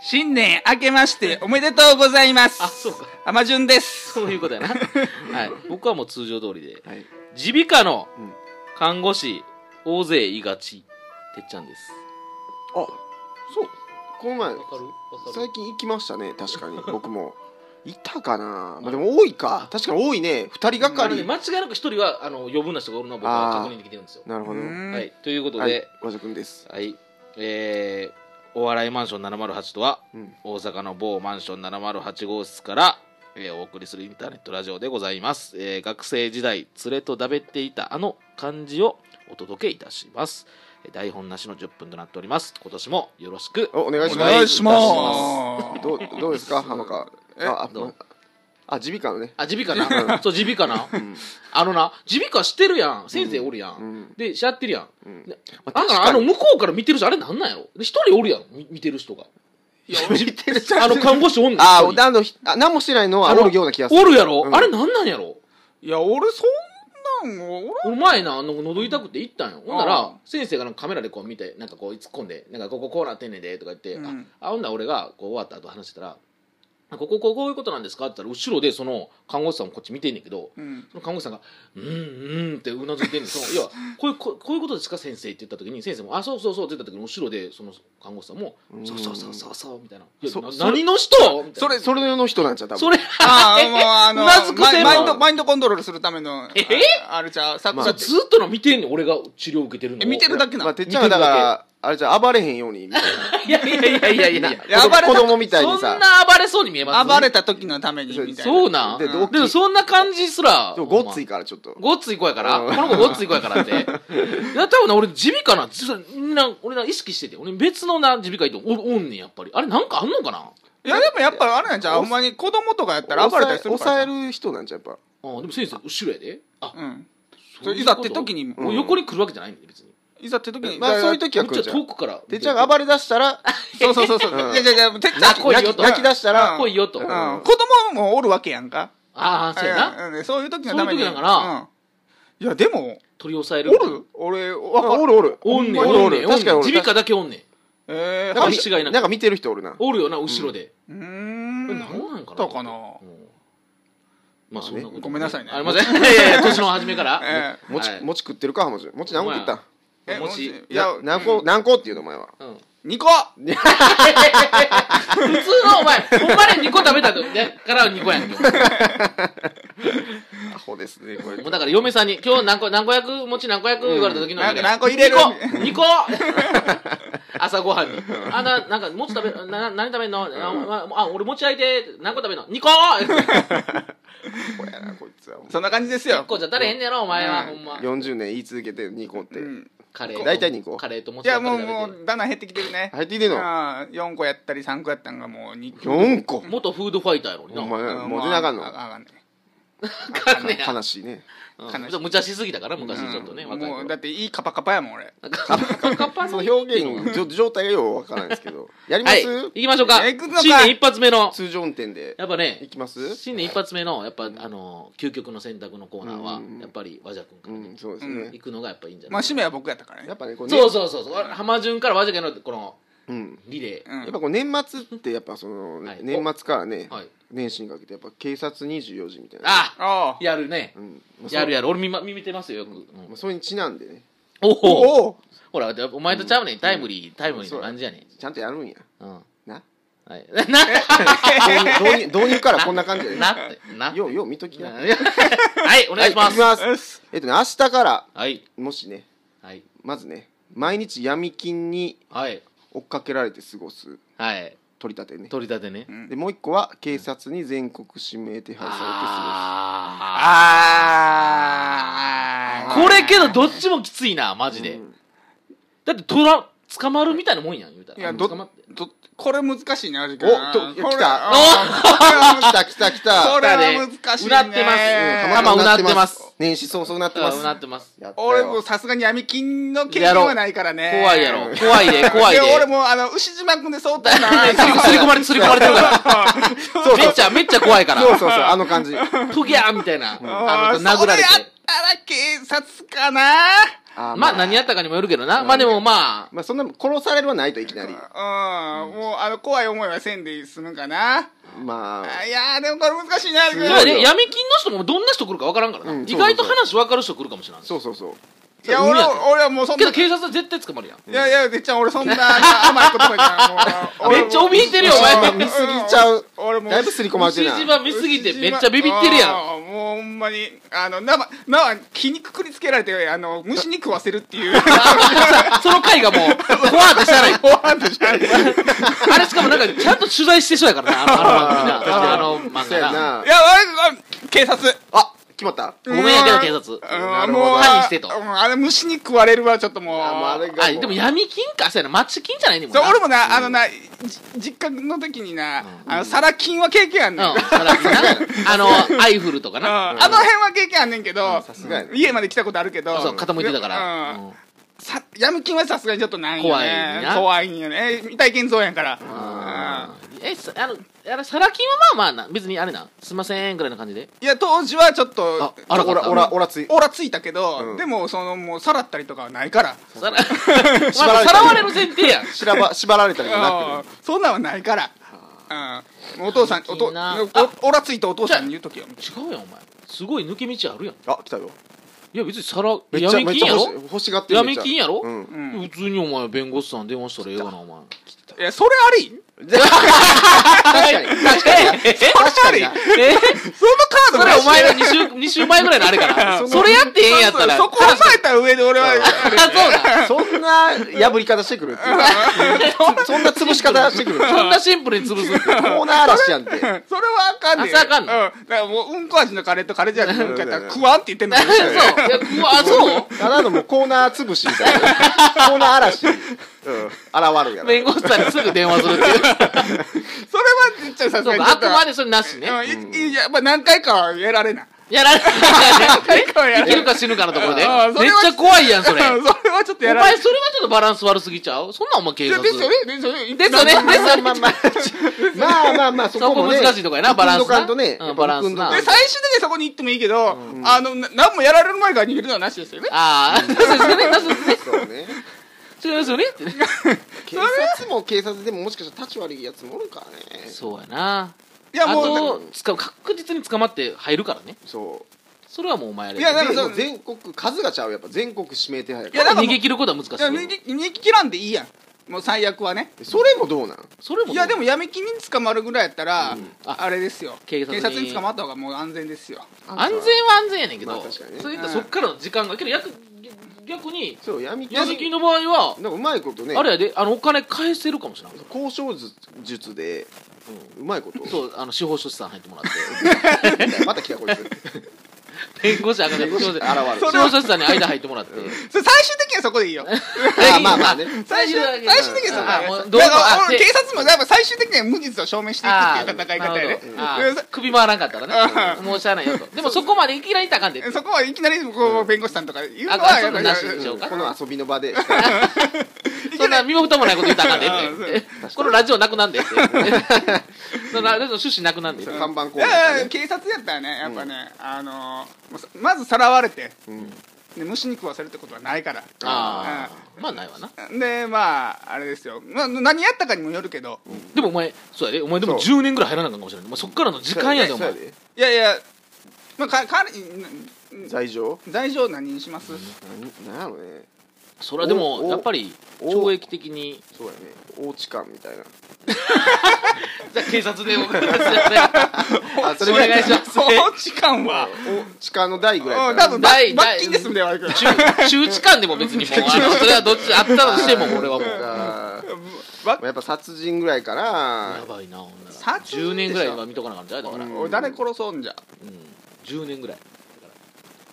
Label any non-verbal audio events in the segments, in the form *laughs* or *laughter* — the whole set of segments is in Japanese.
新年明けましておめでとうございますあそうか *laughs* 甘順ですそういうことや *laughs* な、はい、僕はもう通常通りではい、耳鼻科のうん看護師大勢いがちてっちゃんですあそうこの前わかるわかる最近行きましたね *laughs* 確かに僕もいたかな、まあ、でも多いか確かに多いね2人があかのねり、間違いなく一人はあの余分な人がおるのは僕はあー確認できてるんですよなるうほどんはいということはでい和田君ですはい、えーお笑いマンション708とはうん大阪の某マンション708号室から、えーお送りするインターネットラジオでございます、えー学生時代連れとだべっていたあの漢字をお届けいたしますえー台本なしの10分となっております今年もよろしくおお願いしおます願いしまおすどうどうですか浜川えああどうあ耳鼻科のねあ耳鼻科なそう耳鼻科なあのな耳鼻科してるやん先生おるやん、うんでしゃってるやんうんでまああん確なかあのに向こうから見てる人あれなんなんやろで一人おるやんみ見てる人がいや見てる人あ *laughs* の看護師おんのあ一人あのひあ何もしてないのはあのおるような気がするおるやろ、うんあれなんなんやろいや俺そんなんおらん俺前なあの喉痛くて行ったんよほんなうらん先生がなんかカメラでこう見てなんかこう突っ込んで「なんかこここうなってんねんで」とか言って、うんああほんなら俺がこう終わった後話してたら「こここうこういうことなんですか?」って言ったら後ろでその看護師さんもこっち見てんねんけどうんその看護師さんが「うんうん」ってうなずいてんねんその「いやこういうここういうことですか先生」って言った時に先生も「あそうそうそう」って言った時に後ろでその看護師さんもう「んそうそうそうそうそう」みたいな「いやそなそれ何の人?」みたいそなれそれの世の人なんちゃう多分それああ、もうあの、う *laughs* なずくせろマイマインド、マインドコントロールするための、あえあれちゃう、サクまサあク。ずっとの見てんねん俺が治療受けてるのをえ見てるだけなまあ、てっちゃんはだからあれじゃう暴れへんようにみたいいやいやいやいやいやいやいやな暴れた子供みたいにそんさな暴れそうに見えます暴れた時のために、そうみたいな。そうなんででで大きいもそんな感じすらでもごっついいからちょっとごっつい子やからうんこの子ごっつい子やからっていや多分な俺耳鼻科なずな俺な意識してて俺別のな耳鼻科行っておおんねんやっぱりあれなんかあんのかないや、でもやっぱあれなんじゃう、ほんまに子供とかやったら暴れたりするからさ。抑え抑える人なんちゃうやっあでも先生後ろやであうん。そそういざって時にに、うん横に来るわけじゃないんで別にいざって時に、ぱまあそういう時、時は来めっるちじゃゃん遠くからてっちゃんが暴れ出したらそうそうそうそうう。んいやいやいや、てっちゃ泣こいよんと泣き出したら来いよとうんあ子供もおるわけやんか。あそうやなうんうんそういう時のために。そういう時だからうん。いや、でも、取り押さえるおる俺、わあかおるおるおんねんおるおおんねるんおんねん確かにおる耳鼻科だけおんねんえー、なんかはみい。間違いなくなんか見てる人おるなおるよな後ろでうーこん。れ何なんかなおったかなうんまあそんなことごめんなさいねありません *laughs* いやいや年の初めからえも餅ちも餅食ってるか浜ちゃん餅何個食ったんえ、ももちし、いいやや、何個何個っていうのお前はうん *laughs* 2個い普通のお前ほんまに2個食べたとねから2個やんけアホですねこれ *laughs* もうだから嫁さんに今日何個何個焼く餅何個焼く言われた時のなんか何個入れる *laughs* 2個 *laughs* 朝ごはんにあななんか餅食べなな何食べんのああ俺餅焼いて何個食べんの2個 *laughs* こやなこいつはそんな感じですよ1。個じゃ足りへんねやろお前はうんほんま40年言い続けて2個ってうんカレーと大体二個カレーとい餅やばっかもうり食べてもうだんだん減ってきてるね入ってきてんのああ4個やったり3個やったんがもう2個4個元フードファイターやろになお前うんもう出なあかんのああかんねかんねや悲しいねうん悲しいちょっと無茶しすぎたから昔ちょっとね、うん若いも頃うだっていいカパカパやもん俺なんかカッパその表現じょ状態がようわからないですけどやりまはいす行きましょうか行くのか新年一発目の通常運転でやっぱねいきます新年一発目のやっぱあの究極の選択のコーナーはうんうんうんやっぱり和ジャ君かうらねんそうですうね行くのがやっぱいいんじゃまなあい使命は僕やったからねやっぱねこうねそうそうそうそう浜順から和ジャ君のこのうんリレうんやっぱこう年末ってやっぱそのはい年末からねーはい年始にかけてやっぱ警察24時みたいなあああやるねうんまあそうやるやる俺見ま見てますよよくうんまあそれにちなんでねおおおおほらお前とちゃうねんタイムリータイムリーの感じやねんちゃんとやる *laughs* んやうんなはいな導入導入導入からこんな感じでなってなようよう見ときなはい、お願いしまはす。い行きますえっとね明日からはい、もしねはい、まずね毎日闇金にはい、追っかけられて過ごすはい、取り立てね取り立てね。でもう一個は警察に全国指名手配されて過あああ。あこれけど、どっちもきついな、マジで。だって、とら、捕まるみたいなもんやん、言うたら。いやあのど捕まって。どこれ難しいねあれおといや来たごすた来た来た来 *laughs* こたれは難しいねうなってますうん浜田うなってます。年始早々うなってまあすうなってます。やったよ俺もうさすがに闇金の経験はないからね怖 *laughs* いやろ。怖いで、怖いで。や *laughs* 俺もうあの牛島君で相当な *laughs* すり込まれて、すり込まれてるかそうそうら。めっちゃ、めっちゃ怖いから。そうそうそうあ *laughs* の感じプギャーみたいな。あの、あー殴られてそ。やったら警察かなあーまあ何やったかにもよるけどな。まあでもまあ、まあそんな殺されるはないといきなりうん、もうあの怖い思いはせんで済むかな、まああいやーでもこれ難しいなすいごやいねよ闇金の人もどんな人来るか分からんからな。うん意外と話分かる人来るかもしれない。そうそうそういやそれ俺海やは俺はもうそんけなど警察は絶対捕まるやん。いやいやてっちゃん俺そんな甘いことかじゃんもう *laughs* めっちゃ怯えてるよ、おあ前。ー見すぎちゃう俺もうだいぶすり込まれてる牛な島見すぎてめっちゃビビってるやん。んもうほんまにあの生生気にくくりつけられてあの虫に食わせるっていう *laughs* その回がもう、 *laughs* 怖わってし *laughs* たらいい。ご飯としてあるあれしかもなんか、ちゃんと取材してそうやからな、あのあの番組な。あの漫そうや画な。ないや俺あ警察あ決まったごめんやけど、警察。あなるほどもう管理してとうんあれ虫に食われるわちょっともうあもうあれがあ、でも闇金か、そうやな。マッチ金じゃないねんもんそうな。俺もな、あのなじ実家の時にな、あのサラ金は経験あんうねんん、、そらなあの、アイフルとかうんな。あの辺は経験あんねんけど、さすがやね家まで来たことあるけどそう、傾いてたから。うんうんさ闇金はさすがにちょっとないよね怖いな怖いんよね未体験像やんからうんえ、さあの、あれ、サラ金はまあまあな、別にあれな、すいませんぐらいの感じで。いや当時はちょっあと、あらオかったラオラオラついオーラついたけど、うんでもそのもうさらったりとかはないから *laughs* さら、まあさらわれる前提やん。しらば縛られたりもなうんそんなんはないからうんお父さんお闇とお金なオーラついたお父さんに言うときよ違うやん、お前。すごい抜け道あるやん。いくてあ来たよや、別にさら、めっちゃ闇めっ金ちゃや欲しろ欲しがってる闇金やろううんん普通にお前、弁護士さん電話したらええがな、お前。いやそれあり確かに確かになえ確かになえそのカードそれがお前の2週、二週前ぐらいのあれか *laughs* そら。のそれやってええんやったら。そこ踏まえた上で俺はあれあ、そうだ。そんな破り方してくるって *laughs* いうそんな潰し方してくるそんなシンプルに潰すって。コーナー嵐やんて *laughs* それはあかんねあそれあかんのうん、だからもううんこ味のカレーとカレーじゃなくてうんこやったら食わんって言ってんの *laughs* そう。いや、うわ、そただのもうコーナー潰しみたいなコーナー嵐うん現るやうろ弁護士さんにすぐ電話するっていう。それはちょっとさすそがにちうか、ょあっとくまでそれなしね。うんいいいやまあ何回かはやられないやられる。何回かはやられな生きるいか死ぬかのところで。めっあーそれはちゃ怖いやん、それ。おう前、んそれはちょっとそやれらはれないちょっとバランス悪すぎちゃうそんなんお前警いや察。ですよねですよねですよね。ですよね。まあまあまあまあまあそそここもね難しいとこやな、バランスな。運動感とねうんやっぱバランスな。運で最終的にそこに行ってもいいけど、あのな何もやられる前から逃げるのはなしですよねああ、そうですよね。そうですね。そうねそうですよね。ってね警察も警察でももしかしたら立ち悪いやつもおるからねそうやな。いやあもうと、つか確実に捕まって入るからね。そうそれはもうお前らいややなんかでそもの全国数がちゃうやっぱ全国指名手配やいかやらだからもう逃げ切ることは難しいいやよ。逃げ逃げ切らんでいいやんもう最悪はねそれもどうなんそれも。いやでも闇金に捕まるぐらいやったら、ああれですよ警警察察にに捕まった方がもう安全ですよ安全は安全やねんけまどあ、確かにねそういったそっからの時間が、けど逆逆に、そう闇金闇金の場合は、なんかうまいことねあれやで、あのお金返せるかもしれない。交渉術術でうまいことそう、あの司法書士さん入って *laughs* もらって、また来たこいつ弁護士赤ちゃん、弁護士司法書士現れる司法書士さんに間入ってもらって。それ最終的にはそこでいい *laughs* よ *laughs* あまあまあね最終最終的にはあもそうこどうでだぞからあ俺で警察もやっぱ最終的には無実を証明していくっていう戦い方やねあーなるほどあー首回らんかったらね、もうしゃあないよと。でもそこまでいきなりいったらあかんでってうん。そこはいきなりこう弁護士さんとか言うのあはそやっういうのぱりなしでしょうかこの遊びの場でそんな身も蓋もないこと言った *laughs* らあかんでって。このラジオなくなんでって。 *laughs* そのラジオの趣旨なくなんでって。看板コーいナやいーや警察やったらねやっぱね、あのーまずまずさらわれて、で虫に食わせるってことはないからああ。まあないわな。うんでまああれですよ、まあ、何やったかにもよるけど、でもお前、そうやで、お前でもそ10年ぐらい入らなあかんかもしれない。まあそっからの時間やで、お前。いやいやまあかかん罪状罪状何にします、なんやろねそれはでおも、おやっぱり、お懲役的に。そうやねおうち感みたいなじゃあ警察 *laughs* でお願いします。あお願いします。お時間はお痴漢の代ぐらういん多分罰第第罰金で済んではあるけど *laughs* 中 *laughs* 中時間でも別にもう、あのそれはどっちあったとしても、俺はもう。やう罰やっぱ殺人ぐらいかなばいな、ほんなら。殺人でしょ10年ぐらいは見とかなあかんじゃうだから。うん俺誰殺そんじゃ10年ぐらい。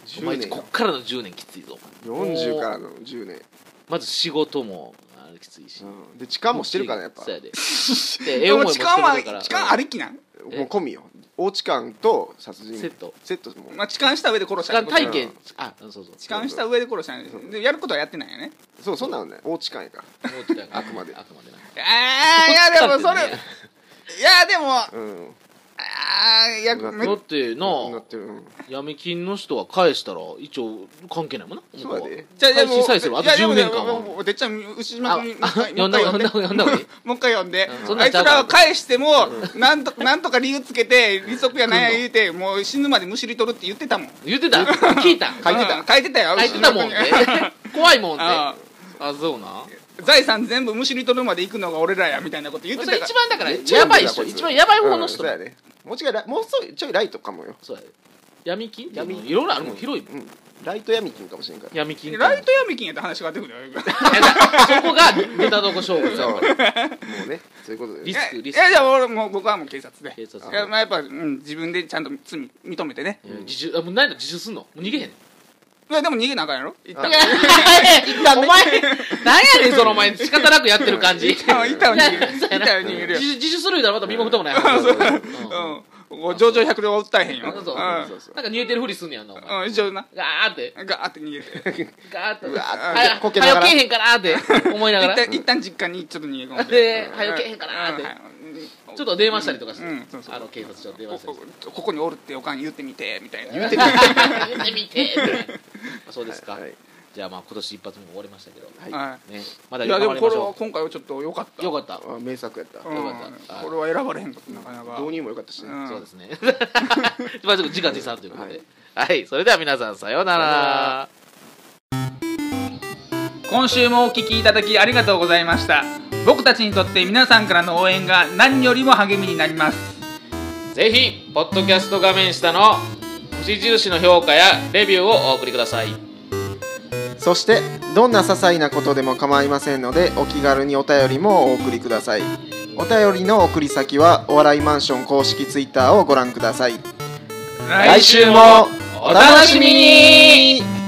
お10前、年こっからの10年きついぞ、お前40からの10年まず仕事も、あれきついし。うんで痴漢もしてるからやっぱそうもやで。で、ええで思いもも時して間はるから。時間ありきなん、う込みよおうち感と殺人セットセットもまあ、痴漢した上で殺し時たって間こと体験、あ、そうそう。痴漢した上で殺したんやでやることはやってないよねそうそんなのねおうち感やからもう時間があくまであくまでな。ああいやでもそれいやでもあうんあーいやめだってななってる、うん闇金の人は返したら一応関係ないもんなそうだねじゃあ返信さえすればあと10いや年間でもはもうてっちゃん牛島あ君あ呼んだ呼んだ呼んだ方がいい *laughs* もう一回呼んでうんそんなあんいちつゃうかららは返してもなんとなんとか理由つけて利息やなんや言うてもう死ぬまでむしり取るって言ってたもん言ってた聞いた書いてたうん書いてたよ書いて *laughs* たもんね怖いもんねああそうな財産全部むしり取るまで行くのが俺らやみたいなこと言ってそたれから一番だからめっちゃやばい人読んでたこつ一番やばい方のうんそ人うやねもうちょいラもうそうちょいライトかもよそうや闇金っていうのいろいろあるもん広いもんうんライト闇金かもしれんから闇金ライト闇金やって話が出てくるよそこがネタどこ勝負だそうよもうねそういうことでリいスやクいリスクやじゃあ俺もう僕はもう警察で警察いやまあやっぱうん自分でちゃんと罪認めてねうん自首あもうないの自首すんのもう逃げへんのいやでも逃げなあかんやろ一旦いやいやお前なんやねんそのお前仕方なくやってる感じ一 *laughs* 旦は一旦は逃げるそうや一な旦は逃げるよ自首自首する言うたらまた身も蓋もない話うんうんこう上場百両は訴えへんよそうそうそうそうなんか逃げてるふりすんねやんなお前うんうん一応なガーってガーって逃げてガーってうわーはよこけながらはよけえへんかなーって思いなが一ら旦一旦実家にちょっと逃げ *laughs* 込んでではよけえへんかなーっててちょっと電話したりとかしてうんそうそうあの警察署に電話したりこここにおるっておかん言ってみてみたいなして *laughs* 言ってみて *laughs* あそうですかはいじゃあまあ今年一発目も終わりましたけどねはまいだいやでも頑張りこまれしはょ今回はちょっと良かったうよかったあ名作やったうんよかったはいこれは選ばれへんかったなかなか導入も良かったしねうんそうですね。 *laughs* まあ、ちょっと時間時差ということはでい。はい、それでは皆さん、さようなさようらなら。今週もお聞きいただきありがとうございました僕たちにとって皆さんからの応援が何よりも励みになりますぜひ、ポッドキャスト画面下の星印の評価やレビューをお送りください。そしてどんな些細なことでも構いませんのでお気軽にお便りもお送りくださいお便りの送り先はお笑いマンション公式ツイッターをご覧ください来週もお楽しみに